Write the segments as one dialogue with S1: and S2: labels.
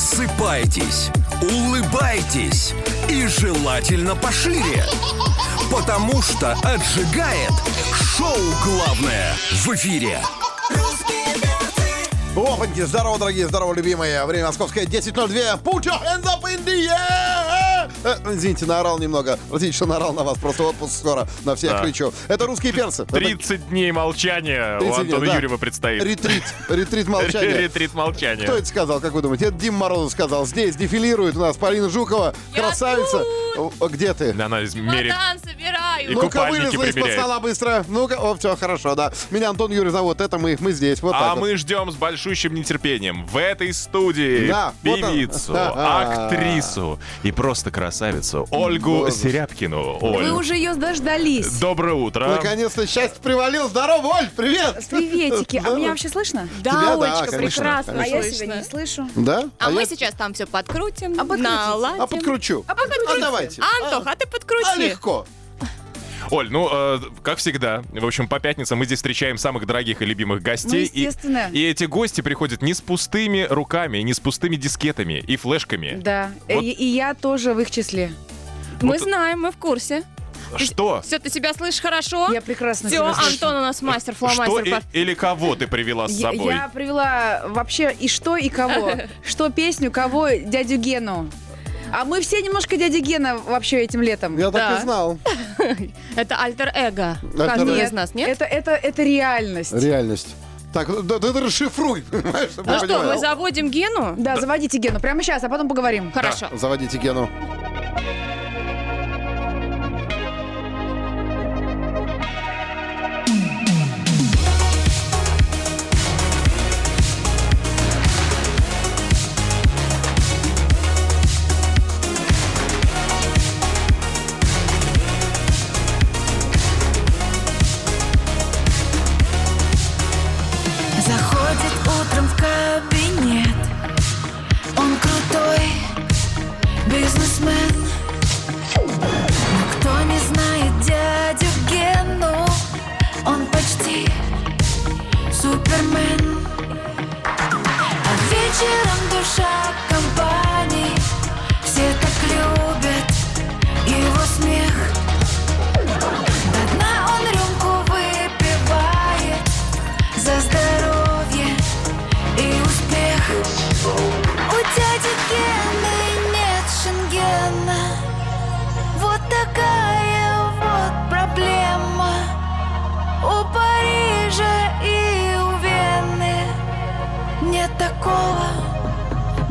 S1: Просыпайтесь, улыбайтесь и желательно пошире. Потому что отжигает шоу «Главное» в эфире.
S2: Опаньки, здорово, дорогие, здорово, любимые. Время московское 10.02. Put your hands up in the air! Э, Извините, наорал немного. Простите, что наорал на вас. Просто отпуск скоро. На всех
S3: Да.
S2: кричу. Это русские перцы. Это
S3: 30 дней молчания у
S2: 30 дней,
S3: Антона
S2: да.
S3: Юрьева предстоит.
S2: Ретрит. Ретрит молчания.
S3: Ретрит молчания.
S2: Кто это сказал, как вы думаете? Это Дима Морозов сказал. Здесь дефилирует у нас Полина Жукова.
S4: Я
S2: красавица. О, Где ты?
S3: Она из мере...
S4: Чемодан собираю. Ну,
S3: И
S2: Ну-ка,
S3: купальники
S2: вылезла из-под
S3: примеряет.
S2: стола быстро. Ну-ка, о, все, хорошо, да. Меня Антон Юрий зовут, это мы, мы здесь, вот
S3: А
S2: так вот.
S3: мы ждем с большущим нетерпением в этой студии
S2: Да, вот он.
S3: певицу,
S2: Ха-ха.
S3: актрису и просто красавицу Ольгу
S2: Боже.
S3: Серябкину.
S5: Вы
S3: Оль,
S5: уже ее дождались.
S3: доброе утро.
S2: Наконец-то счастье привалил. Здорово, Оль, привет!
S5: Приветики. А
S2: Да.
S5: меня вообще слышно?
S4: Да,
S2: тебя, да,
S4: Олечка,
S2: конечно,
S4: прекрасно
S5: А я
S4: слышно.
S5: себя не слышу.
S2: Да?
S4: А, мы
S2: я-
S4: сейчас там все подкрутим,
S5: А подкрутите?
S4: наладим.
S2: А подкручу.
S4: А подкрутите.
S2: А давайте.
S4: Антох, а, ты подкрути.
S2: А легко.
S3: Оль, ну, э, как всегда, в общем, по пятницам мы здесь встречаем самых дорогих и любимых гостей.
S5: Ну, естественно.
S3: И, и эти гости приходят не с пустыми руками, не с пустыми дискетами и флешками.
S5: Да.
S3: Вот.
S5: И, и я тоже в их числе.
S4: Мы
S3: Вот-
S4: знаем, мы в курсе.
S3: Что?
S4: Все, ты себя слышишь хорошо?
S5: Я прекрасно
S4: все,
S5: себя слышу.
S4: Антон у нас мастер,
S3: Что
S4: фломастер.
S3: и-
S4: по-
S3: или кого ты привела с
S5: Я,
S3: собой?
S5: я привела вообще и что, и кого. Что песню, кого дядю Гену. А мы все немножко дядя Гена вообще этим летом.
S2: Я так
S4: Да.
S2: и знал.
S4: Это альтер-эго.
S2: Альтер-эго.
S4: Каждого из нас, нет?
S5: Это, это, это реальность.
S2: Реальность. Так, да, да, да, расшифруй, понимаешь, чтобы
S4: Ну
S2: я
S4: что,
S2: понимал.
S4: мы заводим Гену?
S5: Да, заводите Гену прямо сейчас, а потом поговорим.
S4: Хорошо.
S2: Заводите Гену.
S6: Заходит утром в кабинет Он крутой бизнесмен Но кто не знает дядю Гену Он почти супермен А вечером душа компании Все так любят его смех До дна он рюмку выпивает за здоровье и успех У дяди Гены нет шенгена Вот такая вот проблема У Парижа и у Вены Нет такого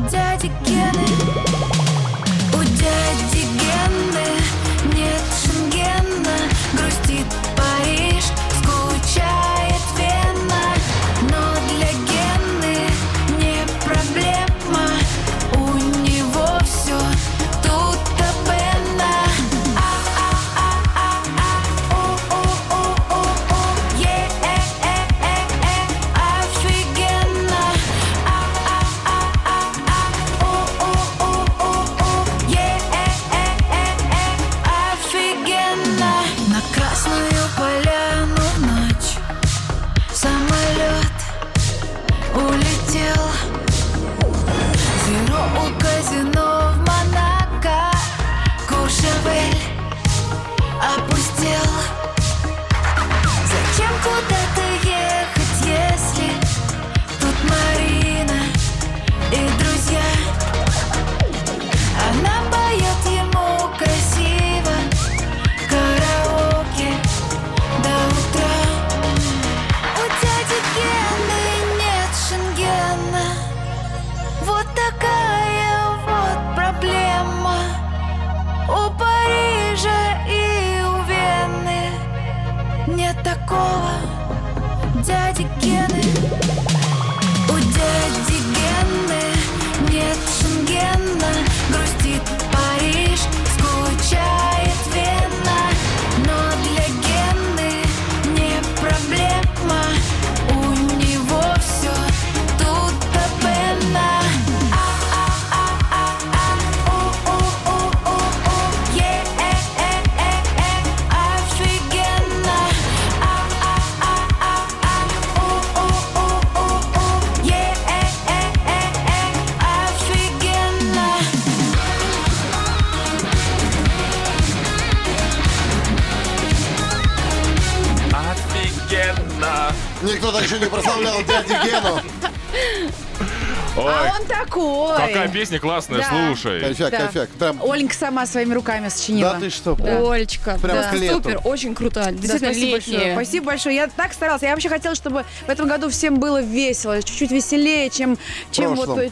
S6: дяди Гены у дяди Гены нет шенгена Грустит Париж, скучает Вена Но для Гены не проблема У него
S2: кто-то еще не прославлял дядю Гену.
S3: Ой,
S5: А он такой.
S3: какая песня классная,
S5: Да.
S3: слушай.
S2: Кофяк,
S5: Да.
S2: кофяк. Прям,
S5: Оленька сама своими руками сочинила.
S2: да ты что?
S4: Олечка,
S2: Прямо
S4: да.
S2: к лету.
S4: супер, очень круто.
S5: Да,
S4: Действительно,
S5: спасибо большое.
S4: летнее.
S5: Спасибо большое. Я так старалась. Я вообще хотела, чтобы в этом году всем было весело, чуть-чуть веселее, чем, чем вот...
S2: прошлом.
S5: э,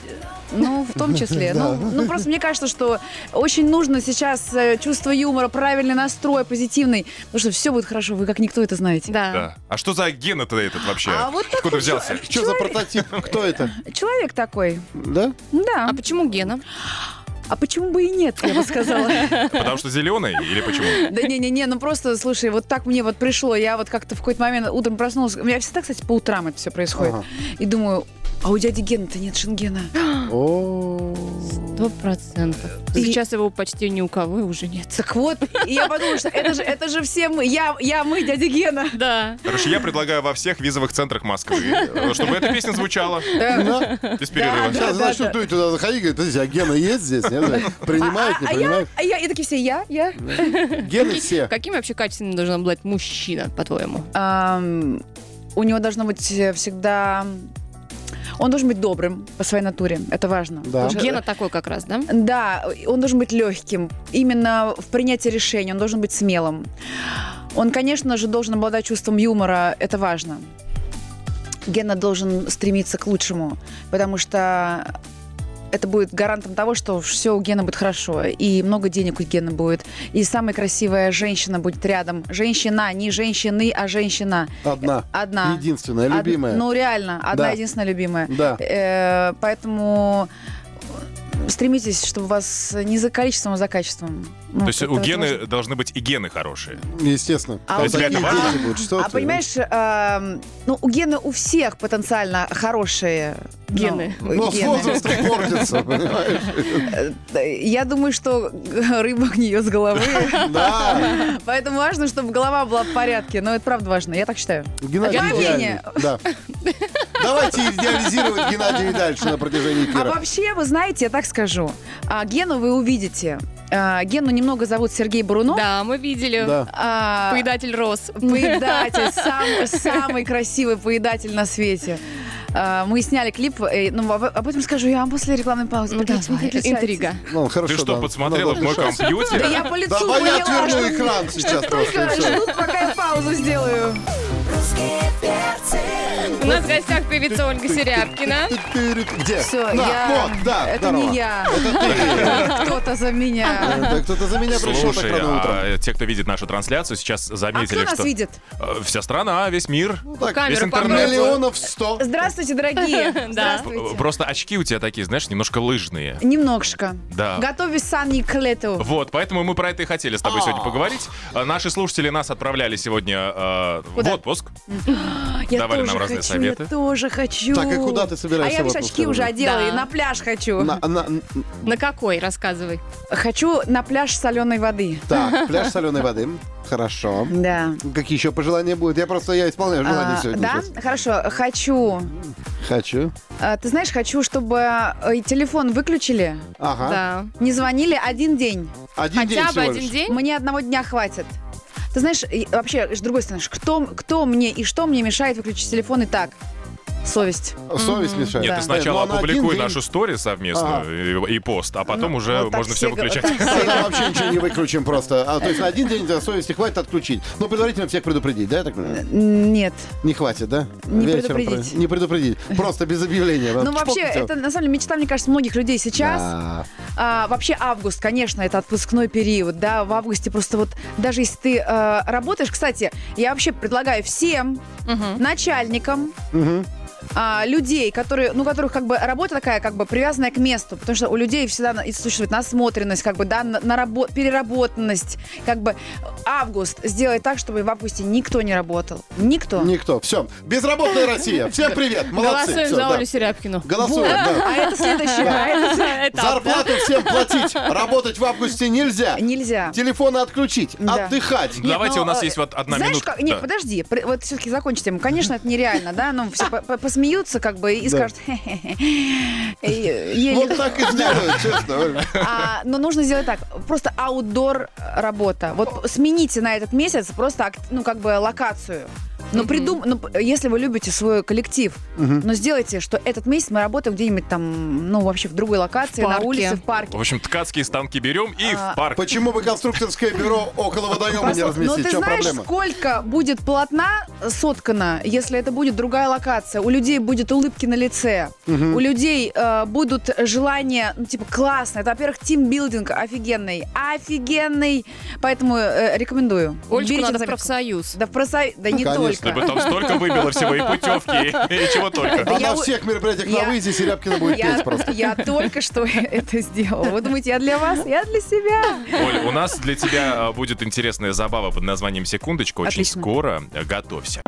S5: Ну, в том числе. Ну, ну, просто мне кажется, что очень нужно сейчас э, чувство юмора, правильный настрой, позитивный, потому что все будет хорошо, вы как никто это знаете.
S4: Да.
S3: Да. А что за ген-то этот вообще?
S5: А вот такой
S3: Откуда взялся?
S2: Что за прототип? Кто это?
S5: Человек такой,
S2: Да?
S5: да.
S4: А почему Гена?
S5: А почему бы и нет, я бы сказала.
S3: Потому что зеленый или почему?
S5: Да не-не-не, ну просто, слушай, вот так мне вот пришло. Я вот как-то в какой-то момент утром проснулась. У меня всегда, кстати, по утрам это все происходит.
S2: Ага.
S5: И думаю, а у дяди Гена-то нет шенгена.
S2: О.
S4: Сто процентов.
S5: И-
S4: Сейчас его почти ни у кого уже нет.
S5: Так вот, и я подумала, что это же, это же все мы. Я, я мы, дядя Гена.
S4: Да.
S3: Короче, я предлагаю во всех визовых центрах Москвы, э, чтобы эта песня звучала
S5: А,
S2: Да?
S3: без перерыва.
S5: Да,
S2: Сейчас
S5: да,
S2: начнут дуть туда заходить, говорит, подождите, а Гена есть здесь? Нет? Принимают, не
S5: а, я,
S2: принимают?
S5: а я, и такие все, я, я.
S2: Гены все.
S4: Какими вообще качествами должен обладать мужчина, по-твоему?
S5: Ам, у него должно быть э, всегда... Он должен быть добрым по своей натуре, это важно.
S2: Да.
S5: Потому что-
S4: Гена такой как раз, да?
S5: Да, он должен быть легким. Именно в принятии решений он должен быть смелым. Он, конечно же, должен обладать чувством юмора. Это важно. Гена должен стремиться к лучшему, потому что это будет гарантом того, что все у Гена будет хорошо, и много денег у Гена будет, и самая красивая женщина будет рядом. Женщина, не женщины, а женщина.
S2: Одна.
S5: Одна.
S2: Единственная,
S5: Од-
S2: любимая.
S5: ну, реально, одна
S2: Да.
S5: единственная любимая.
S2: Да.
S5: Э, поэтому стремитесь, чтобы вас не за количеством, а за качеством. Ну,
S3: То есть
S5: это
S3: у
S5: вот
S3: Гены
S5: важно.
S3: должны быть и гены хорошие.
S2: Естественно.
S5: А
S2: Там
S5: у тебя
S2: такие
S5: это важно?
S2: дети будут, что
S5: А
S2: ты,
S5: понимаешь, эм, ну у Гены у всех потенциально хорошие ну,
S4: Гены.
S5: э,
S2: ну? Но с
S5: гены.
S2: возрастом портится, понимаешь?
S5: Э, Я думаю, что рыба гниет с головы,
S2: Да.
S5: поэтому важно, чтобы голова была в порядке. Но это правда важно, я так считаю.
S2: Геннадий
S5: Гены.
S2: идеальный. Да. Давайте идеализировать Геннадия дальше на протяжении
S5: А
S2: эфира.
S5: вообще, вы знаете, я так скажу, а, Гену вы увидите. А, Гену немного зовут Сергей Бурунов.
S4: Да, мы видели.
S2: Да.
S5: А,
S4: Поедатель рос.
S5: Поедатель, сам- самый красивый поедатель на свете. А, Мы сняли клип, э, ну, об об этом скажу я вам после рекламной паузы.
S4: Ну,
S5: Погодите,
S4: давай,
S5: не переключайтесь.
S4: интрига.
S2: Ну, хорошо,
S3: Ты что,
S2: да.
S3: подсмотрела в
S2: Надо
S3: мой
S2: дышать.
S5: Да
S3: компьютер?
S5: я по лицу
S2: Давай я
S5: поняла,
S2: отверну
S5: что-
S2: экран сейчас просто.
S5: Только
S2: и всё.
S5: ждут, пока я паузу сделаю.
S6: Русские перцы.
S4: У нас в гостях певица Ольга Серябкина.
S2: Где?
S5: Все,
S2: На,
S5: я...
S2: Вот, да,
S5: это
S2: здорово.
S5: не я.
S2: Это
S5: Это кто-то за меня. А
S2: ты. Кто-то за меня пришел так
S3: Слушай,
S2: рано
S3: а,
S2: утром.
S3: э, те, кто видит нашу трансляцию, сейчас
S5: А
S3: заметили,
S5: кто нас
S3: что
S5: видит?
S3: э, вся страна, весь мир.
S2: Ну так,
S4: Камеру
S3: Весь интернет.
S2: Миллионов сто.
S5: Здравствуйте, дорогие.
S4: Да.
S3: Э,
S5: Здравствуйте.
S3: Просто очки у тебя такие, знаешь, немножко лыжные.
S5: Немножко.
S3: Да.
S5: Готовюсь сани к лету.
S3: Вот, поэтому мы про это и хотели с тобой сегодня поговорить. А, Наши слушатели нас отправляли сегодня э, в
S5: Куда?
S3: отпуск.
S5: Я
S3: Давали нам
S5: тоже
S3: разные
S5: хочу,
S3: советы.
S5: я тоже хочу.
S2: Так, и куда ты собираешься
S5: А я, видишь,
S2: в отпуск,
S5: очки уже
S2: Анна?
S5: одела
S4: Да.
S5: и на пляж хочу.
S2: На- на-
S4: На какой? Рассказывай.
S5: Хочу на пляж соленой воды.
S2: Так, пляж соленой воды. Хорошо.
S5: Да.
S2: Какие еще пожелания будут? Я просто я исполняю желания
S5: А,
S2: Ну, сегодня.
S5: да,
S2: сейчас.
S5: хорошо. Хочу.
S2: Хочу.
S5: А, Ты знаешь, хочу, чтобы э, и телефон выключили,
S2: Ага.
S4: Да.
S5: не звонили один день.
S2: А? Один день
S4: Хотя бы
S2: всего
S4: один
S2: лишь.
S4: день?
S5: Мне одного дня хватит. Ты знаешь, и вообще, с другой стороны, кто, кто мне и что мне мешает выключить телефон и так? Совесть.
S2: Совесть мешает.
S3: Нет,
S5: Да.
S3: ты
S2: Ну,
S3: сначала
S2: она один
S3: опубликуй
S2: день.
S3: нашу стори совместную и, и пост, а потом уже
S5: Ну, Вот так
S3: можно все
S5: все га-
S3: выключать.
S5: так все
S2: Тогда вообще ничего не выключим просто. А, то есть на один день да, совести хватит отключить. Но предварительно всех предупредить, да, я так понимаю?
S5: Нет.
S2: Не хватит, да?
S5: Не
S2: Вечером
S5: предупредить.
S2: про- Не предупредить. Просто без объявления.
S5: Ну, вообще,
S2: Чпок, всё.
S5: это на самом деле мечта, мне кажется, многих людей сейчас.
S2: Да.
S5: А, вообще август, конечно, это отпускной период, да, в августе просто вот даже если ты э, работаешь, кстати, я вообще предлагаю всем начальникам
S2: Мгм.
S5: а, людей, которые, ну, у которых как бы работа такая, как бы привязанная к месту, потому что у людей всегда на- и существует насмотренность, как бы, да, на, нарабо- переработанность, как бы август сделать так, чтобы в августе никто не работал, никто.
S2: Никто. Все. Безработная Россия. Всем привет. Молодцы.
S4: Голосуем
S2: Всё,
S4: за
S2: да.
S4: Олю Серябкину.
S2: Голосуем, да.
S5: А это следующее, а это
S4: Этап, да?
S2: Зарплату всем платить. Работать в августе нельзя.
S5: нельзя.
S2: Телефоны отключить.
S5: Да.
S2: Отдыхать.
S5: Нет,
S3: Давайте,
S5: ну,
S3: у нас
S5: э,
S3: есть вот одна
S5: знаешь,
S3: минутка.
S5: как- нет,
S3: Да.
S5: подожди, при- вот все-таки закончи тему. Конечно, это нереально, да, ну все по- по- посмеются как бы и
S2: Да.
S5: скажут «Хе-хе-хе». И, э,
S2: Вот
S5: еле-
S2: так и сделают, честно. Оль.
S5: А, Но нужно сделать так, просто аутдор работа. Вот смените на этот месяц просто, ак- ну как бы локацию. Но придум... ну, п- если вы любите свой коллектив, но сделайте, что этот месяц мы работаем где-нибудь там, ну, вообще в другой локации, на
S4: парке.
S5: улице, в парке.
S3: В общем, ткацкие станки берем и
S5: А,
S3: в парк.
S2: Почему бы конструкторское бюро около водоема не
S5: Послушай,
S2: разместить?
S5: Но
S2: В
S5: ну, ты
S2: чем
S5: знаешь,
S2: проблема?
S5: сколько будет полотна соткано, если это будет другая локация? У людей будет улыбки на лице, у людей э, будут желания, ну, типа, классно. Это, во-первых, тимбилдинг офигенный, офигенный. Поэтому э, рекомендую.
S4: Олечку
S5: Берите
S4: надо
S5: на
S4: в
S5: заметку.
S4: профсоюз.
S5: Да в профсоюз, да не
S2: конечно.
S5: только.
S3: Да бы там столько выбило всего, и путевки, и, и чего только.
S2: А
S5: я
S2: на
S5: у-
S2: всех мероприятиях на
S5: я-
S2: выезде Серябкина будет
S5: Я,
S2: петь просто.
S5: я только что это сделала. Вы думаете, я для вас? Я для себя.
S3: Оль, у нас для тебя э, будет интересная забава под названием «Секундочка». Очень
S5: Отлично.
S3: скоро. Э, Готовься.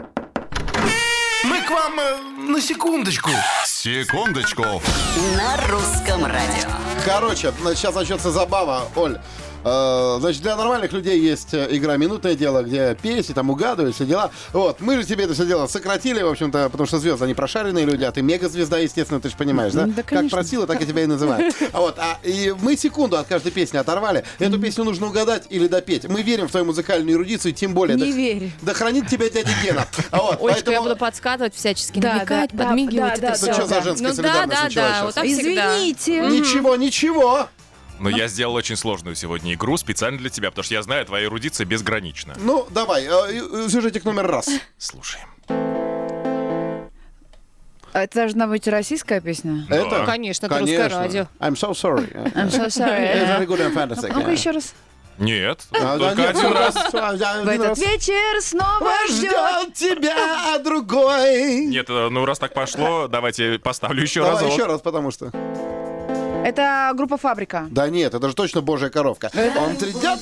S1: Мы к вам э, на секундочку.
S7: Секундочку.
S8: На русском радио.
S2: Короче, сейчас начнется забава, Оль. Э, Значит, для нормальных людей есть э, игра «Минутное дело», где песни, там угадывают, все дела. Вот, мы же тебе это все дело сократили, в общем-то, потому что звезды, они прошаренные люди, а ты мегазвезда, естественно, ты же понимаешь, да?
S5: Ну, да,
S2: как
S5: конечно.
S2: просила, так и тебя и называют. А Вот, а и мы секунду от каждой песни оторвали. Эту песню нужно угадать или допеть. Мы верим в твою музыкальную эрудицию, тем более.
S5: Не
S2: да-
S5: верю.
S2: Да хранит тебя дядя Гена. А вот,
S4: Олечка, я
S2: поэтому-
S4: буду подсказывать всячески,
S5: Да,
S4: намекать,
S5: да, да,
S4: подмигивать. это
S5: да, да,
S4: всё.
S2: Ну, что за
S5: да.
S2: женская
S4: Ну да,
S2: солидарность
S4: да,
S2: началась
S4: да,
S2: сейчас?
S4: вот так всегда.
S5: Извините.
S2: Ничего, ничего.
S3: Но я сделал очень сложную сегодня игру специально для тебя, потому что я знаю, твоя эрудиция безгранична.
S2: Ну, давай, э, э, сюжетик номер раз.
S3: Слушаем.
S5: А Это должна быть российская песня?
S2: Это?
S4: Конечно, это русское радио.
S2: I'm so sorry.
S5: I'm
S2: It's
S5: so sorry.
S2: very good and fantastic.
S5: Ну-ка еще раз.
S3: Нет,
S2: А, да,
S3: только
S2: нет, а,
S3: один раз.
S2: один
S5: В этот
S2: раз.
S5: вечер снова ждет.
S2: Ждет тебя а другой.
S3: Нет, э, ну раз так пошло, давайте поставлю еще
S2: Давай
S3: разок.
S2: еще раз, потому что.
S5: Это группа «Фабрика».
S2: Да нет, это же точно божья коровка. Он придет.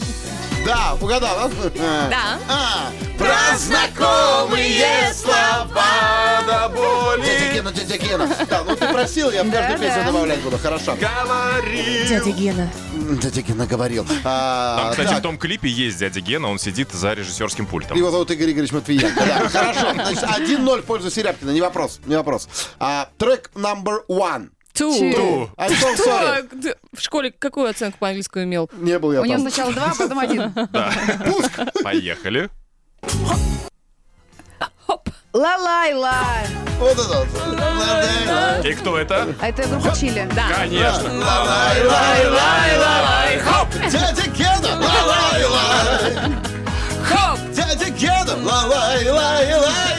S2: Да, угадал, да?
S4: Да.
S2: А, про знакомые слова до боли. Дядя Гена, дядя Гена. Да, ну ты просил, я в каждую песню добавлять буду. Хорошо.
S3: А,
S4: Дядя Гена.
S2: Дядя Гена говорил. А,
S3: Там, кстати,
S2: так.
S3: в том клипе есть дядя Гена, он сидит за режиссерским пультом.
S2: Его зовут Игорь Игоревич Матвиенко. Да, хорошо. Значит, 1-0 в пользу Серябкина. Не вопрос, не вопрос. А, трек number one.
S4: Ту.
S2: I'm so sorry.
S4: Так, ты В школе какую оценку по английскому имел?
S2: Не был я
S5: У него
S2: там.
S5: сначала два, а потом один.
S3: Поехали.
S5: Ла-лай-ла.
S2: Вот это вот. Ла-лай-лай.
S3: И кто это?
S5: А это группа «Чили». Да.
S3: Конечно.
S2: Ла-лай-лай-лай-лай. Хоп, дядя Гена. Ла-лай-лай. Хоп, дядя Гена. Ла-лай-лай-лай-лай.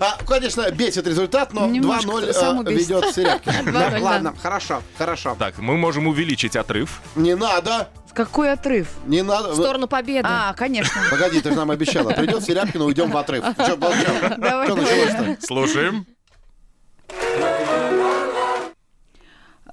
S2: А, конечно, бесит результат, но
S5: Немножко
S2: 2-0
S5: само
S2: э,
S5: бесит.
S2: ведет Серябкин.
S4: 2:0,
S2: Да,
S4: да.
S2: Ладно, хорошо, хорошо.
S3: Так, мы можем увеличить отрыв.
S2: Не надо,
S5: Какой отрыв?
S2: не надо.
S4: В сторону победы.
S5: А, конечно.
S2: Погоди, ты же нам обещала. Придет Серябкин, уйдем в отрыв. Че
S5: Давай.
S2: началось-то?
S3: Слушаем.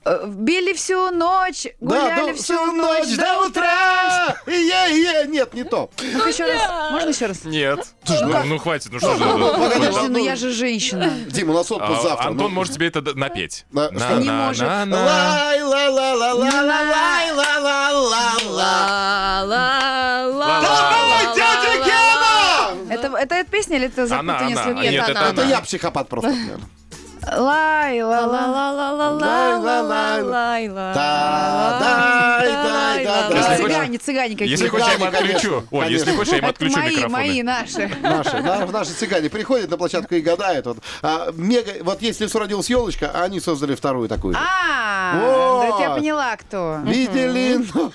S5: Э, Били всю ночь, гуляли всю ночь. Да,
S2: утра! Е-е, нет, не то.
S5: ну еще раз. Можно еще раз?
S3: Нет. Ну, ну, хватит, ну что же. это?
S5: Подожди, ну я же женщина.
S2: Дим, у нас отпуск
S3: А,
S2: завтра.
S3: Антон
S2: ну.
S3: может тебе это д- напеть.
S2: Да, что?
S5: Не может.
S3: на.
S2: Лай, ла, ла, ла, ла, ла, лай, ла, ла, ла, ла. Давай, дядя Гена!
S5: Это, это, эта песня или это
S3: Она,
S5: запутание
S3: она.
S5: слов?
S4: Нет,
S3: Нет, это
S4: она.
S2: Это я
S3: она.
S2: психопат просто. наверное.
S5: Лай, ла-ла-ла.
S2: Та-дай, дай, да,
S3: Если
S5: Это
S2: дай.
S3: хочешь-
S5: Цыгане, цыгане
S3: Если
S5: какие-то.
S3: хочешь, я им
S2: Цыгане,
S3: отключу. Оль, если
S2: конечно.
S3: хочешь, я им
S5: Это
S3: отключу
S5: мои, мои,
S3: микрофоны.
S5: наши.
S2: Наши, на- наши цыгане приходят на площадку и гадают. Вот, А, мега, вот если родилась елочка, а они создали вторую такую. же.
S5: А, да это я
S2: Вот.
S5: поняла, кто.
S2: Видели ну,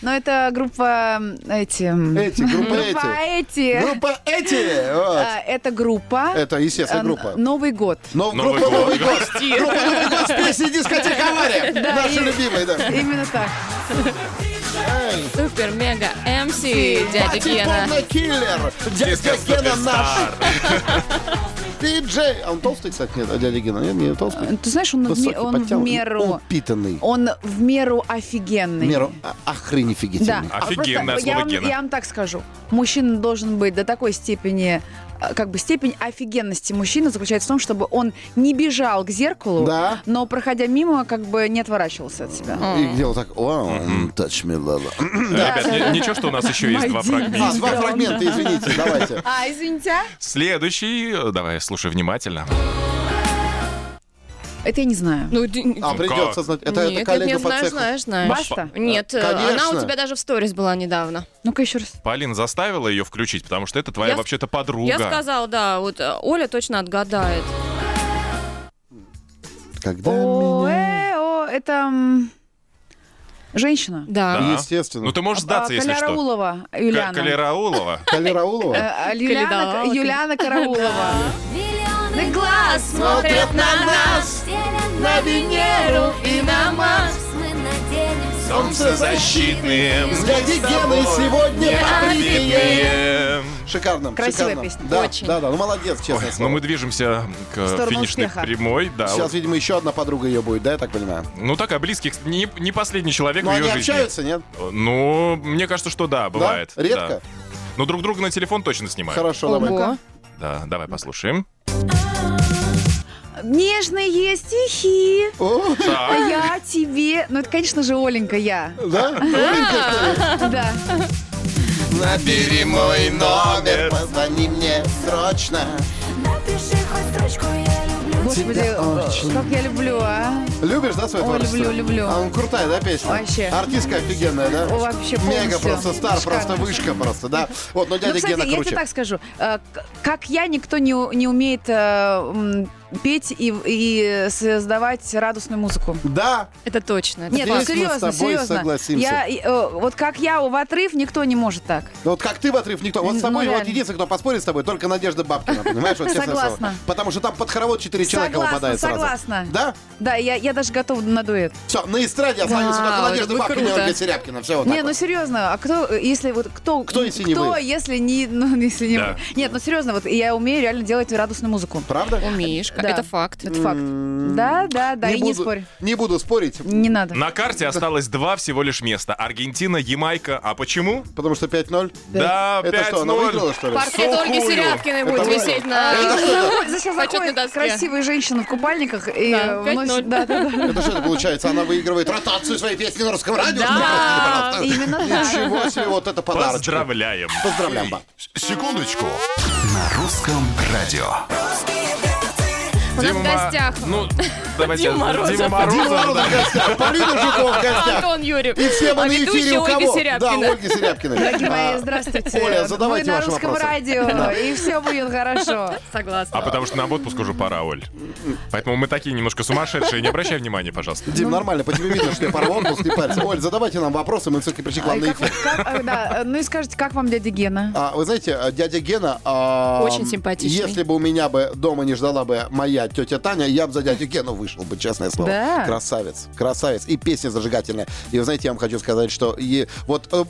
S5: Но это группа м, эти... м,
S2: эти, группы
S5: Группа
S2: эти.
S5: эти.
S2: Группа эти. вот.
S5: А, Это группа.
S2: Это, естественно,
S5: э,
S2: группа.
S5: Новый год.
S2: Но
S3: Новый
S2: группа
S3: год.
S2: Новый год. Группа Новый год с песней «Дискотека авария».
S5: Да,
S2: Наши
S5: и- Э,
S2: любимые, да.
S5: Именно так.
S4: Супер, мега, МС, дядя Гена.
S2: киллер. Дядя Гена наш. Диджей. А он толстый, кстати, нет? А дядя Гена? Нет, не толстый.
S5: Ты знаешь, он, в,
S2: Высокий,
S5: ме- он в
S2: подтянутый,
S5: меру...
S2: Упитанный.
S5: Он в меру офигенный.
S2: В меру а- охрень
S5: ну, Да.
S2: офигительный.
S5: А просто
S3: Офигенное
S5: я,
S3: слово
S5: вам,
S3: Гена.
S5: я вам так скажу. Мужчина должен быть до такой степени, э, как бы степень офигенности мужчины заключается в том, чтобы он не бежал к зеркалу,
S2: Да.
S5: но проходя мимо, как бы не отворачивался от себя.
S3: А,
S2: И где он так, вау, touch me, ла-ла».
S3: Э, Ребят, ни- ничего, что у нас еще есть два
S2: А,
S3: фрагмента.
S2: два фрагмента, извините, давайте.
S5: А, извините, а?
S3: Следующий. э, Давай, слушай внимательно.
S5: Это я не знаю.
S4: Ну, ди-
S2: А,
S3: Ну,
S2: придется
S3: как?
S2: знать. Это,
S4: нет,
S2: это
S4: нет,
S2: коллега
S4: нет,
S2: по
S4: знаешь,
S2: цеху.
S4: знаешь,
S3: Ну,
S4: знаешь.
S5: Башта?
S4: Нет, э, она у
S2: Конечно.
S4: тебя даже в сторис была недавно.
S5: Ну-ка еще раз.
S3: Полин заставила ее включить, потому что это твоя
S4: Я-
S3: вообще-то подруга.
S4: Я сказала, да, вот э, Оля точно отгадает.
S2: Когда
S5: О,
S2: меня-
S5: э, о, это м, женщина.
S4: Да.
S3: Да.
S2: Естественно.
S3: Ну ты можешь сдаться,
S5: А,
S3: если что.
S5: Караулова,
S3: К-
S5: Юлиана.
S3: Калераулова.
S2: Коля Раулова?
S5: Э, а, Юлиана,
S4: Калидала.
S5: Юлиана Караулова.
S6: Миллионы
S4: Глаз смотрят на нас,
S6: стелят
S4: на Венеру и на Марс.
S6: Мы надеемся
S3: Солнцезащитные.
S2: Взгляди, Гена, и сегодня победим.
S3: Эм.
S2: Шикарно.
S5: Красивая
S2: шикарно.
S5: песня.
S2: Да,
S4: Очень.
S2: Да, да, ну молодец, честно.
S3: Но
S2: слово.
S3: мы движемся к
S5: сторону
S3: финишной
S5: успеха.
S3: прямой. Да,
S2: Сейчас,
S3: вот.
S2: видимо, еще одна подруга ее будет, да, я так понимаю?
S3: Ну так, а близких не, не последний человек
S2: Ну,
S3: в
S2: они
S3: ее жизни.
S2: общаются, нет?
S3: Ну, мне кажется, что да, бывает.
S2: Да? Редко?
S3: Да. Но друг друга на телефон точно снимают.
S2: Хорошо, давай.
S4: Ого.
S3: Да, давай послушаем.
S5: Нежные стихи,
S2: О,
S5: а
S3: Так.
S5: я тебе... Ну, это, конечно же, Оленька я.
S2: Да? Оленька, что ли?
S5: Да.
S2: Набери мой номер, позвони мне срочно.
S6: Напиши хоть строчку, я люблю
S5: Господи,
S2: Тебя
S5: э,
S2: очень.
S5: как я люблю, а.
S2: Любишь, да, свое
S5: Ой,
S2: творчество?
S5: люблю, люблю.
S2: А он крутая, да, песня?
S5: Вообще.
S2: Артистка офигенная, да?
S5: О, вообще
S2: Мега
S5: полностью.
S2: просто, стар,
S5: Шикарно.
S2: просто вышка просто, да. Вот, но дядя
S5: ну, кстати,
S2: Гена
S5: я тебе
S2: круче.
S5: так скажу. э, к- Как я, никто не, у- не умеет э, м, петь и, и создавать радостную музыку.
S2: Да,
S4: Это точно. это
S5: Нет,
S4: факт.
S5: ну,
S2: Здесь мы
S5: серьезно,
S2: с тобой
S5: серьезно.
S2: согласимся.
S5: Я, и, э, вот как я в отрыв, никто не может так.
S2: Ну, вот как ты в отрыв никто. Вот с
S5: Ну,
S2: тобой вот
S5: реально.
S2: единственный, кто поспорит с тобой, только Надежда Бабкина, понимаешь? Вот честное слово.
S5: Согласна.
S2: Потому что там под хоровод четыре человека
S5: Согласна,
S2: выпадает сразу.
S5: согласна.
S2: Да?
S5: Да, я, я даже готова на дуэт.
S2: Все, на эстраде останется
S4: Вау,
S2: только
S4: это
S2: Надежда
S4: вы
S2: Бабкина и
S4: круто.
S2: Ольга Серябкина. Все вот
S5: не,
S2: так
S5: ну
S2: вот.
S5: серьезно, а кто, э, если вот кто,
S2: Кто, если не вы?
S5: если не, ну, если не
S3: Да.
S5: вы? Нет, ну серьезно, вот я умею реально делать радостную музыку.
S2: Правда?
S4: Умеешь,
S5: Да.
S4: это факт.
S5: Это факт. Да, да, да, и не
S2: буду-
S5: спорь.
S2: Не буду спорить,
S5: Не надо.
S3: На карте осталось два всего лишь места. Аргентина, Ямайка. А почему?
S2: потому что 5-0.
S3: Да,
S2: Это что, она
S3: 5-0.
S2: выиграла, что ли?
S4: Портрет
S3: Сухую.
S4: Ольги Серябкиной будет
S2: правильно.
S4: висеть на...
S5: Заходит- Ну, Зачем
S4: Почетной
S5: заходят
S4: доске.
S5: красивые женщины в купальниках и
S4: Да,
S5: э, вносят...
S4: 5-0.
S5: Да, да, да.
S2: Это что это получается? Она выигрывает ротацию своей песни на русском радио? что ли?
S4: Да.
S2: Прости,
S5: Именно
S2: пожалуйста.
S5: так.
S2: Ничего себе, вот это подарок.
S3: Поздравляем.
S2: Поздравляем, ба.
S7: Секундочку. На русском радио.
S6: русские перцы.
S4: У нас в
S3: Ма-
S4: гостях
S3: Ну, давайте.
S4: Дима Морозов.
S3: Дима Морозов,
S2: Дима Мороз
S3: да.
S2: в гостях, Полина Жукова в гостях.
S4: Антон Юрьев.
S2: И все мы
S4: а
S2: на эфире
S4: ведущая
S2: у
S4: Ольга
S2: кого? Да,
S4: Серябкина.
S2: Ольги Серябкиной.
S5: Дорогие мои,
S2: А,
S5: здравствуйте.
S2: Оля, задавайте
S5: Вы на
S2: ваши
S5: русском
S2: вопросы.
S5: радио, и все будет хорошо.
S4: Согласна.
S3: А потому что нам в отпуск уже пора, Оль. Поэтому мы такие немножко сумасшедшие. Не обращай внимания, пожалуйста.
S2: Дим, нормально, по тебе видно, что я порвал отпуск, не парься. Оль, задавайте нам вопросы, мы все-таки пришли к
S5: А
S2: вам
S5: и
S2: на
S5: как вы-
S2: эфир.
S5: как- э, да, э, Ну и скажите, как вам дядя Гена?
S2: А, вы знаете, э, дядя Гена... а,
S4: Очень симпатичный.
S2: Если бы у меня бы дома не ждала бы моя тетя Таня, я бы за дядю Гену вышел бы, честное слово.
S5: Да?
S2: Красавец, красавец. И песня зажигательная. И вы знаете, я вам хочу сказать, что и, вот э,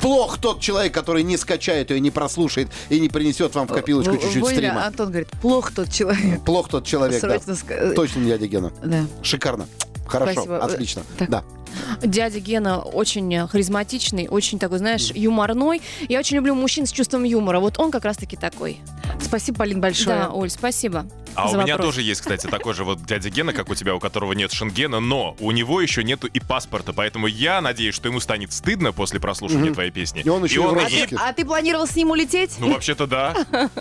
S2: плох тот человек, который не скачает ее, не прослушает и не принесет
S3: Э,
S2: вам в копилочку
S5: Вы-
S2: чуть-чуть
S5: вы-
S2: стрима.
S5: Антон говорит, плох тот человек.
S2: Плох тот человек, да.
S5: Срочно ска-
S2: Точно не дядя Гена.
S5: Да.
S2: Шикарно. Хорошо,
S5: Спасибо.
S2: отлично.
S5: Так.
S2: Да.
S4: Дядя Гена очень э, харизматичный, очень такой, знаешь, юморной. Я очень люблю мужчин с чувством юмора. Вот он как раз-таки такой.
S5: Спасибо, Полин, большое.
S4: Да, Оль, спасибо.
S3: А
S4: за
S3: у меня
S4: вопрос.
S3: тоже есть, кстати, такой же вот дядя Гена, как у тебя, у которого нет шенгена, но у него еще нету и паспорта, поэтому я надеюсь, что ему станет стыдно после прослушивания твоей песни.
S2: И он еще и в
S5: А ты,
S2: Русский.
S5: а ты планировал с ним улететь?
S3: Ну, вообще-то да.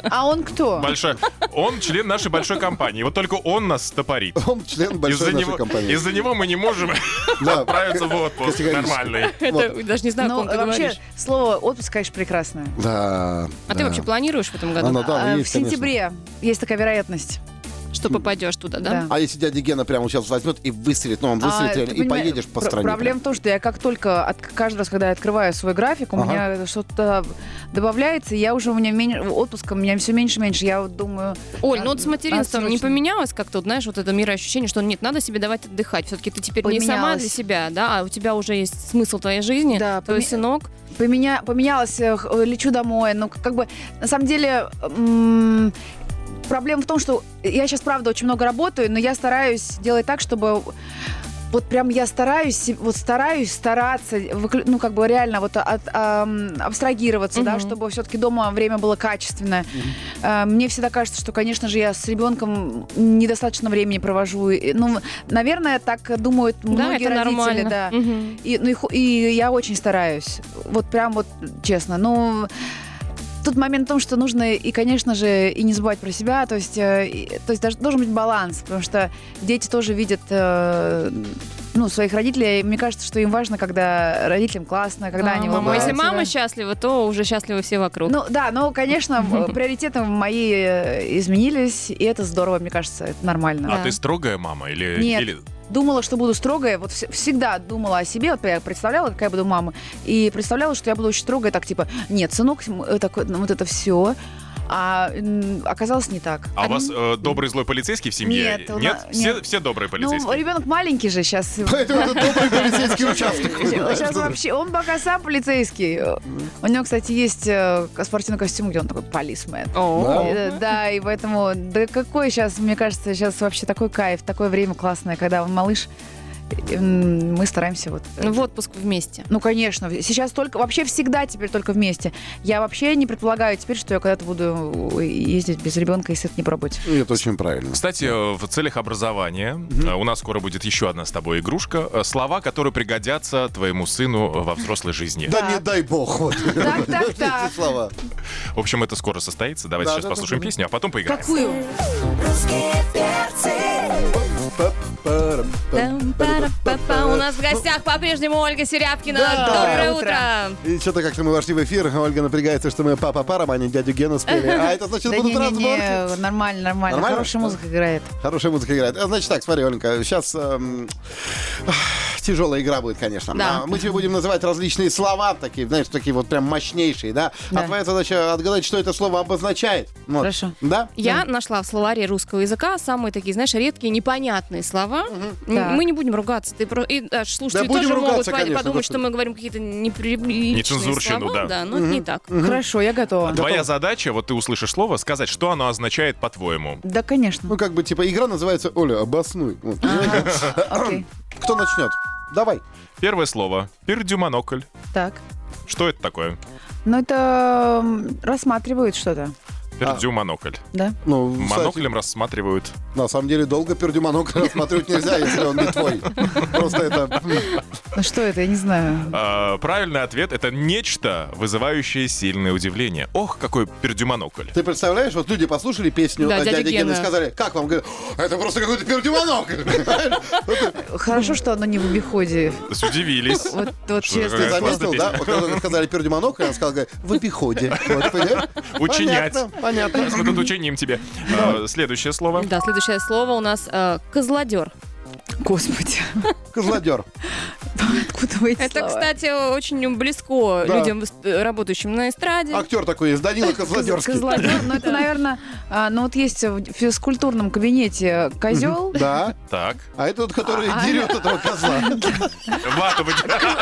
S5: А он кто?
S3: Большой. Он член нашей большой компании. Вот только он нас стопорит.
S2: Он член большой
S3: Из-за
S2: нашей
S3: него,
S2: компании.
S3: из-за него мы не можем
S2: Да.
S3: отправиться в отпуск
S2: Категорически.
S3: нормальный.
S4: Это даже не знаю, о
S5: Ну,
S4: ком ты
S5: вообще,
S4: говоришь.
S5: слово отпуск, конечно, прекрасное.
S2: Да.
S4: А ты
S2: да.
S4: вообще планируешь в этом году,
S2: Она, да, ну, она
S5: А, в
S2: есть, конечно.
S5: сентябре есть такая вероятность.
S4: что попадешь туда, да?
S5: Да.
S2: А если дядя Гена прямо сейчас возьмет и выстрелит, ну он
S5: А,
S2: выстрелит
S5: ты
S2: реально, и
S5: понимаешь,
S2: поедешь по
S5: пр-
S2: стране.
S5: Проблема в том, что я как только от- каждый раз, когда я открываю свой график, у
S2: Ага.
S5: меня что-то добавляется, и я уже у меня меньше отпуска, у меня все меньше и меньше. Я вот думаю,
S4: Оль, ну вот с материнством не
S5: Отсрочно.
S4: поменялось как-то, вот, знаешь, вот это мироощущение, что нет, надо себе давать отдыхать. Все-таки ты теперь не сама
S5: Поменялось.
S4: для себя, да, а у тебя уже есть смысл твоей жизни,
S5: Да,
S4: твой
S5: поме-
S4: сынок.
S5: поменя, поменялось, э, х- э, лечу домой. Ну, как бы, на самом деле, м, проблема в том, что я сейчас, правда, очень много работаю, но я стараюсь делать так, чтобы... Вот прям я стараюсь, се- вот стараюсь стараться, выклю- ну как бы реально вот от- ам, абстрагироваться, да,
S4: Мгм.
S5: чтобы все-таки дома время было качественное. Э, Мне всегда кажется, что, конечно же, я с ребенком недостаточно времени провожу. И, Ну, наверное, так думают
S4: да,
S5: многие
S4: это
S5: родители,
S4: нормально.
S5: да.
S4: Мгм.
S5: И, ну, и, ху- и я очень стараюсь. Вот прям вот честно. Ну, Тут момент в том, что нужно и, конечно же, и не забывать про себя, то есть, э, и- то есть даже должен быть баланс, потому что дети тоже видят э, ну, своих родителей. И Мне кажется, что им важно, когда родителям классно, когда
S4: А,
S5: они
S4: мама,
S5: улыбаются,
S4: если мама
S5: да.
S4: счастлива, то уже счастливы все вокруг.
S5: Ну да, но, конечно, э, приоритеты мои э, изменились, и это здорово, мне кажется, это нормально.
S3: А ты строгая мама или...
S5: Нет.
S3: или-
S5: думала, что буду строгая, вот вс- всегда думала о себе, вот я представляла, какая я буду мама, и представляла, что я буду очень строгая, так типа, нет, сынок, м, э, так, вот, ну, вот это все, а м, оказалось не так.
S3: А у вас э, добрый злой полицейский в семье?
S5: Нет, у нас-
S3: Все,
S5: нет.
S3: все добрые
S5: Ну,
S3: полицейские?
S5: ребенок маленький же сейчас.
S2: Поэтому это добрый полицейский участок.
S5: Сейчас вообще, он пока сам полицейский. У него, кстати, есть э, спортивный костюм, где он такой полисмен.
S2: Да?
S5: Э, Да, и поэтому, да какой сейчас, мне кажется, сейчас вообще такой кайф, такое время классное, когда он малыш, Э, м, мы стараемся вот... э,
S4: В отпуск вместе.
S5: Ну, конечно. Сейчас только... Вообще всегда теперь только вместе. Я вообще не предполагаю теперь, что я когда-то буду ездить без ребенка, если это не пробовать.
S2: И Ну, Это очень правильно.
S3: Кстати, э, в целях образования э, у нас скоро будет еще одна с тобой игрушка. э, Слова, которые пригодятся твоему сыну э, во взрослой жизни.
S2: Да не дай бог. вот.
S5: Так, так, так.
S2: Эти слова.
S3: В общем, это скоро состоится. Давайте
S2: Да,
S3: сейчас
S2: да,
S3: послушаем
S2: да, да.
S3: песню, а потом поиграем.
S5: Какую?
S6: Русские перцы.
S2: Парам, парам, парам,
S4: Пам-пара-па-па.
S2: парам.
S4: У нас в гостях по-прежнему Ольга Серябкина. Доброе
S5: Доброе
S4: утро.
S2: И что-то как-то мы вошли в эфир, Ольга напрягается, что мы папа парам, а не дядю Гену спели. А это значит
S5: Да
S2: будут разборки.
S5: не-не-не, нормально, нормально.
S2: Нормально?
S5: Хорошая музыка играет.
S2: Хорошая музыка играет. А, Значит так, смотри, Оленька, сейчас тяжелая игра будет, конечно.
S4: Да.
S2: А, Мы тебе будем называть различные слова, такие, знаешь, такие вот прям мощнейшие, да?
S5: Да.
S2: А твоя задача отгадать, что это слово обозначает. Вот.
S5: Хорошо.
S2: Да?
S4: Я нашла в словаре русского языка самые такие, знаешь, редкие, непонятные слова. М,
S5: Так.
S4: Мы не будем ругаться. Ты про... И даже слушатели
S2: будем
S4: тоже могут
S2: ругаться,
S4: пон-
S2: конечно,
S4: подумать,
S2: господи.
S4: что мы говорим какие-то неприличные
S3: Нецензурщину,
S4: слова.
S3: да.
S4: но это не так.
S5: Хорошо, я готова.
S3: Твоя задача, вот ты услышишь слово, сказать, что оно означает по-твоему.
S5: Да, конечно.
S2: Ну, как бы, типа, игра называется «Оля, обоснуй». Вот,
S4: А.
S2: понимаете?
S5: А, Окей.
S2: Кто начнет? Давай.
S3: Первое слово. Пердюмонокль.
S5: Так.
S3: Что это такое?
S5: Ну, это м, рассматривают что-то,
S3: Пердюмонокль.
S5: да?
S2: А. Ну, кстати,
S3: Моноклем рассматривают.
S2: на самом деле, долго пердюмонок рассматривать нельзя, если он не твой. Просто это... м,
S5: Ну, Что это, я не знаю.
S3: А, правильный ответ — это нечто, вызывающее сильное удивление. Ох, какой пердюмонокль.
S2: Ты представляешь, вот люди послушали песню
S4: Да,
S2: э,
S4: дядя
S2: дяди Гены и
S4: Гена.
S2: сказали, как вам? Говорят, это просто какой-то пердюмонок.
S5: Хорошо, что оно не в обиходе.
S3: То есть Удивились.
S5: Вот, вот
S3: Что
S5: честно.
S2: Ты
S3: Какая
S2: заметил,
S3: Э, классная
S2: да?
S3: песня.
S2: Вот когда сказали пердюмонок, я сказал, говорю, в обиходе. Вот, понимаешь?
S3: Учинять.
S2: Понятно, Понятно.
S3: Мы тут учиним тебе. А, Следующее слово.
S4: Да, следующее слово у нас э, козлодер.
S5: Господи,
S2: Козлодер.
S5: откуда вы эти
S4: Это,
S5: слова?
S4: кстати, очень близко
S2: Да.
S4: людям, э, работающим на эстраде.
S2: Актер такой есть, Данила Козлодерский.
S5: Козлодер, ну это, наверное, а, ну вот есть в физкультурном кабинете козел.
S2: Да,
S3: Так.
S2: а это тот, который дерет этого козла.
S3: Вату выдирает.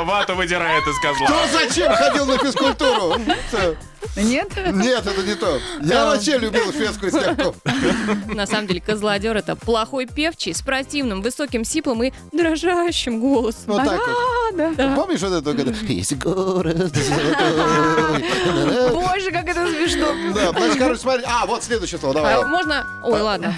S3: Вату выдирает из козла.
S2: Ну зачем ходил на физкультуру?
S5: Нет?
S2: Нет, это не то. Я вообще любил физку из тягков.
S4: На самом деле, козлодер это плохой певчий с противным, высоким сиплым и дрожащим голосом.
S2: Вот так вот.
S5: А, да.
S2: Помнишь вот это, когда есть город
S5: Боже, как это смешно.
S2: Да, значит, короче, смотри. А, вот следующее слово, давай.
S4: А можно? Ой, ладно.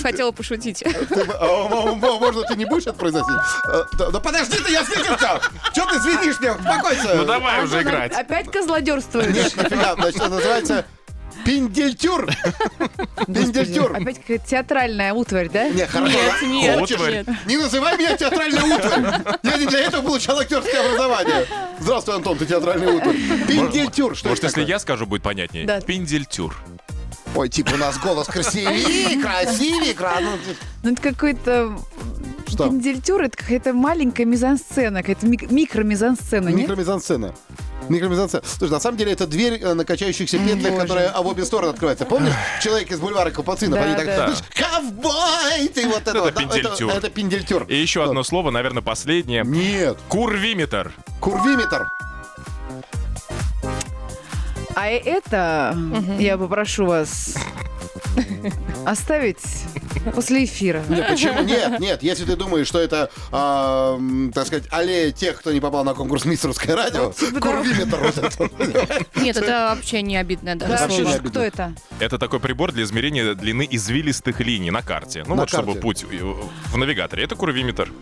S4: Хотела пошутить.
S2: Ты бы- а, а, а, Можно ты не будешь это произносить? А, Да да подожди ты, я свинился! Че ты свинишь меня? Успокойся!
S3: Ну давай уже
S5: Антон,
S3: играть.
S5: Опять козлодерствуешь?
S2: Нет, нафига, значит, это называется пиндельтюр. Пиндельтюр.
S5: Опять какая-то театральная утварь, да?
S2: Не, хорошо. да?
S4: нет,
S2: Хочешь?
S3: нет.
S2: Не называй меня театральной утварь. Я не для этого получал актерское образование. Здравствуй, Антон, ты театральный утварь. Пиндельтюр, что
S3: Может,
S2: это
S3: если
S2: такое?
S3: я скажу, будет понятнее.
S5: Да.
S3: Пиндельтюр.
S2: Ой, типа, у нас голос красивее, красивее, красивее.
S5: Ну это какой-то...
S2: Что?
S5: Пендельтюр, это какая-то маленькая мизансцена, какая-то мик- микромизансцена, А нет?
S2: Микромизансцена. Микромизансцена. Слушай, на самом деле это дверь э, на качающихся петлях,
S5: Боже.
S2: которая а, в обе стороны открывается. Помнишь, человек из бульвара Капуцинов,
S5: Да,
S2: они так,
S5: да.
S2: знаешь, ковбой, ты вот это,
S3: Это
S2: вот, да,
S3: пиндельтюр.
S2: это, это пиндельтюр.
S3: И еще одно слово, наверное, последнее.
S2: Нет,
S3: Курвиметр.
S2: курвиметр.
S5: А это я попрошу вас оставить после эфира.
S2: Нет, почему? Нет, нет, если ты думаешь, что это, а, м, так сказать, аллея тех, кто не попал на конкурс «Мисс Русское радио», курвиметр вот это.
S4: Нет, это вообще не обидно.
S5: Да,
S4: даже
S2: вообще
S4: слово.
S2: не
S5: Кто это?
S3: Это такой прибор для измерения длины извилистых линий на карте. Ну
S2: На
S3: вот, чтобы
S2: карте.
S3: путь э, в навигаторе. Это курвиметр.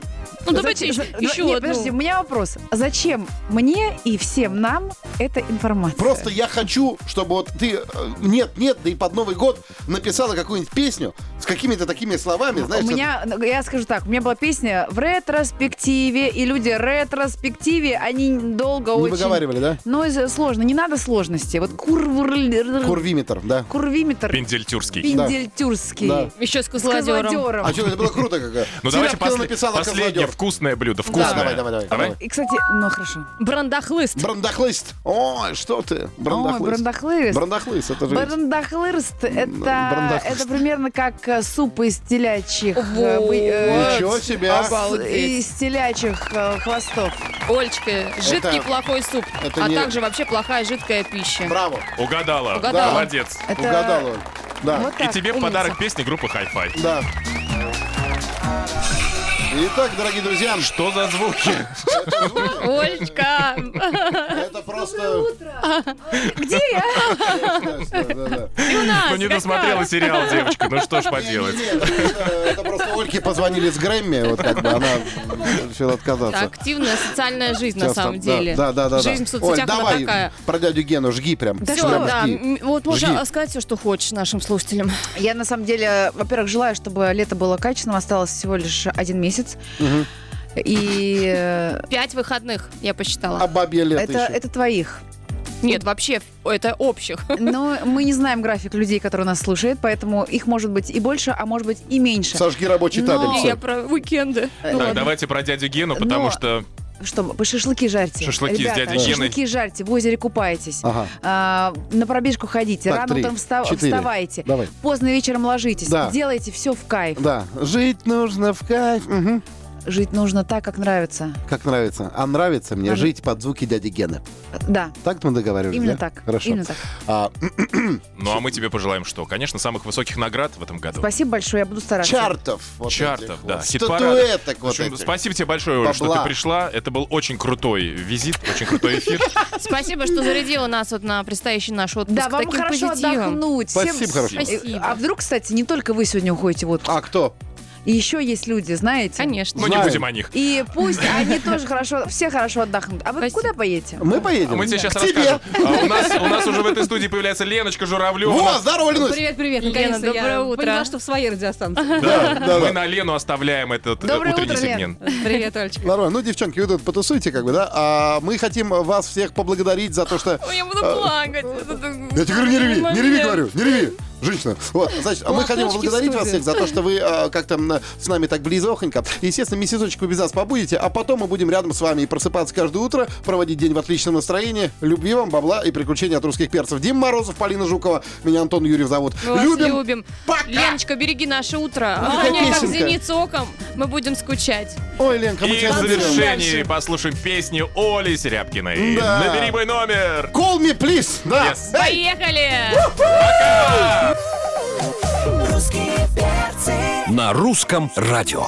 S4: Ну, давайте
S5: Зачем-
S4: еще-
S5: за-
S4: еще
S5: нет,
S4: одну.
S5: подожди, у меня вопрос. Зачем мне и всем нам эта информация?
S2: Просто я хочу, чтобы вот ты э, нет, нет, да и под Новый год написала какую-нибудь песню с какими-то такими словами, знаешь,
S5: у меня, я скажу так, у меня была песня в ретроспективе, и люди ретроспективе, они долго
S2: это- не
S5: очень...
S2: выговаривали, да?
S5: Ну, из- сложно, не надо сложности. Вот курвурль-
S2: Курвиметр, да.
S5: курвиметр,
S3: Пендельтюрский.
S2: Да.
S5: пиндельтюрский,
S2: Да.
S4: Еще с
S5: с
S4: козлодером.
S5: козлодером.
S2: А что, это было круто какая?
S3: Ну давайте
S2: Серябкина
S3: посл-
S2: написала
S3: последнее
S2: «Козлодер».
S3: вкусное блюдо.
S2: Да,
S3: Вкусное.
S2: давай, давай, давай.
S5: И, кстати, ну, хорошо.
S4: Брандахлыст.
S2: Брандахлыст. Ой, что ты? Брандахлыст.
S5: Ой, брандахлыст.
S2: Брандахлыст, это же...
S5: Брандахлырст это,
S2: брандахлыст.
S5: это примерно как э, суп из телячьих э,
S4: Вот.
S5: бы- э,
S2: Ничего себе!
S5: с- из телячьих э, хвостов.
S4: Олечка, жидкий
S2: Это-
S4: плохой суп,
S2: это
S4: а
S2: не-
S4: также вообще плохая жидкая пища.
S2: Браво!
S3: Угадала.
S4: Угадала.
S3: Молодец.
S5: Это
S2: Угадал он. Да.
S5: вот
S3: И
S5: так,
S3: тебе в
S5: умница.
S3: подарок песни группы Hi-Fi.
S2: Да. Итак, дорогие друзья,
S3: Что за звуки?
S4: Олечка,
S2: это просто...
S5: Где я?
S2: Да, да, да.
S4: у нас
S3: Ну не
S4: какая?
S3: досмотрела сериал, девочка. Ну что ж поделать.
S2: Не, не, это- Это просто Ольге позвонили с Грэмми, вот как бы она решила
S4: Это
S2: отказаться.
S4: активная социальная жизнь,
S2: Сейчас
S4: на самом
S2: там, да,
S4: деле.
S2: Да, да, да. да.
S4: Жизнь в
S2: Оль,
S4: соцсетях, она
S2: давай
S4: такая.
S2: про дядю Гену жги прям.
S4: Да,
S2: Прям жги.
S4: да. м, Вот можно
S2: Жги.
S4: сказать все, что хочешь нашим слушателям.
S5: Я на самом деле, во-первых, желаю, чтобы лето было качественным. Осталось всего лишь один месяц. И э,
S4: Пять выходных, я посчитала.
S2: А бабье лето
S5: это,
S2: еще.
S5: это твоих.
S4: Нет, вообще, это общих.
S5: Но мы не знаем график людей, которые нас слушают, поэтому их может быть и больше, а может быть и меньше.
S2: Сожги рабочий
S5: Но-
S2: табель.
S4: Я
S2: всё.
S4: про уикенды. Ну
S5: Э,
S3: Так,
S5: ладно.
S3: давайте про дядю Гену, потому
S5: Но-
S3: что
S5: Что, вы шашлыки жарьте.
S3: Шашлыки с
S5: Ребята,
S3: дядей Геной.
S5: Шашлыки жарьте, в озере купайтесь.
S2: Ага.
S5: А, на пробежку ходите,
S2: Так,
S5: рано
S2: три,
S5: утром вста-
S2: четыре.
S5: вставайте,
S2: Давай.
S5: поздно вечером ложитесь,
S2: Да.
S5: делайте все в кайф.
S2: Да. Жить нужно в кайф. Мгм.
S5: Жить нужно так, как нравится.
S2: Как нравится. А нравится мне
S5: Ага.
S2: жить под звуки дяди Гены.
S5: Да,
S2: Так мы договаривались?
S5: именно
S2: да?
S5: так.
S2: Хорошо.
S5: Именно так.
S2: А,
S3: Ну а мы тебе пожелаем что? Конечно, самых высоких наград в этом году.
S5: Спасибо большое, я буду стараться.
S2: чартов. вот
S3: Чартов,
S2: этих
S3: да.
S2: вот,
S3: хит-парадов.
S2: Статуэток
S3: В
S2: вот
S3: общем,
S2: этих.
S3: Спасибо тебе большое, Оля, что
S2: Бабла.
S3: ты пришла. Это был очень крутой визит, очень крутой эфир.
S4: Спасибо, что зарядила нас вот на предстоящий наш отпуск
S5: Да, вам
S4: таким
S5: хорошо
S4: позитивом.
S5: отдохнуть.
S2: Спасибо,
S5: Всем-
S2: хорошо.
S5: Э,
S4: Спасибо.
S5: А вдруг, кстати, не только вы сегодня уходите в отпуск.
S2: А кто?
S5: И еще есть люди, знаете?
S4: Конечно.
S3: Ну не
S2: Знаю.
S3: будем о них.
S5: И пусть они тоже хорошо, все хорошо отдохнут. А вы
S4: Спасибо.
S5: куда поедете?
S2: Мы
S3: А
S2: поедем?
S3: мы тебе сейчас
S2: К тебе.
S3: расскажем. А у нас, у нас уже в этой студии появляется Леночка Журавлева.
S2: Во, здорово, Ленусь!
S9: Привет, привет.
S4: Лена,
S9: Наконец-то
S4: доброе
S9: я
S4: утро.
S9: поняла, что в своей радиостанции.
S3: Да,
S2: да,
S3: мы
S2: да.
S3: на Лену оставляем этот э,
S5: Доброе
S3: утренний
S5: утро, Лен.
S3: сегмент.
S9: Привет, Олечка.
S2: Здорово. Ну, девчонки, вы тут потусуйте, как бы, да? А мы хотим вас всех поблагодарить за то, что...
S4: Ой, я буду плакать. Это-
S2: А. Я тебе говорю, не реви, не реви,
S4: Момент.
S2: говорю, не реви. Женщина. Вот, значит, мы хотим
S9: Лапочки в
S2: благодарить вас
S9: студию.
S2: всех за то, что вы э, как-то м, с нами так близохонько. Естественно, месяцочек вы без нас побудете, а потом мы будем рядом с вами и просыпаться каждое утро, проводить день в отличном настроении. Любви вам, бабла и приключения от русских перцев. Дим Морозов, Полина Жукова, меня Антон Юрьев зовут.
S4: Мы Ну, вас любим.
S2: Любим.
S4: Леночка, береги наше утро.
S2: Ну,
S4: Охраняй
S2: какая
S4: как
S2: песенка.
S4: зеницу оком. Мы будем скучать.
S2: Ой, Ленка, мы
S3: И
S2: тебя
S3: в
S2: заберем.
S3: завершении послушаем песню Оли Серябкиной.
S2: Да.
S3: Набери мой номер.
S2: Call me, please. Да.
S3: Yes.
S2: Эй!
S4: Поехали!
S6: русские перцы.
S7: На русском радио.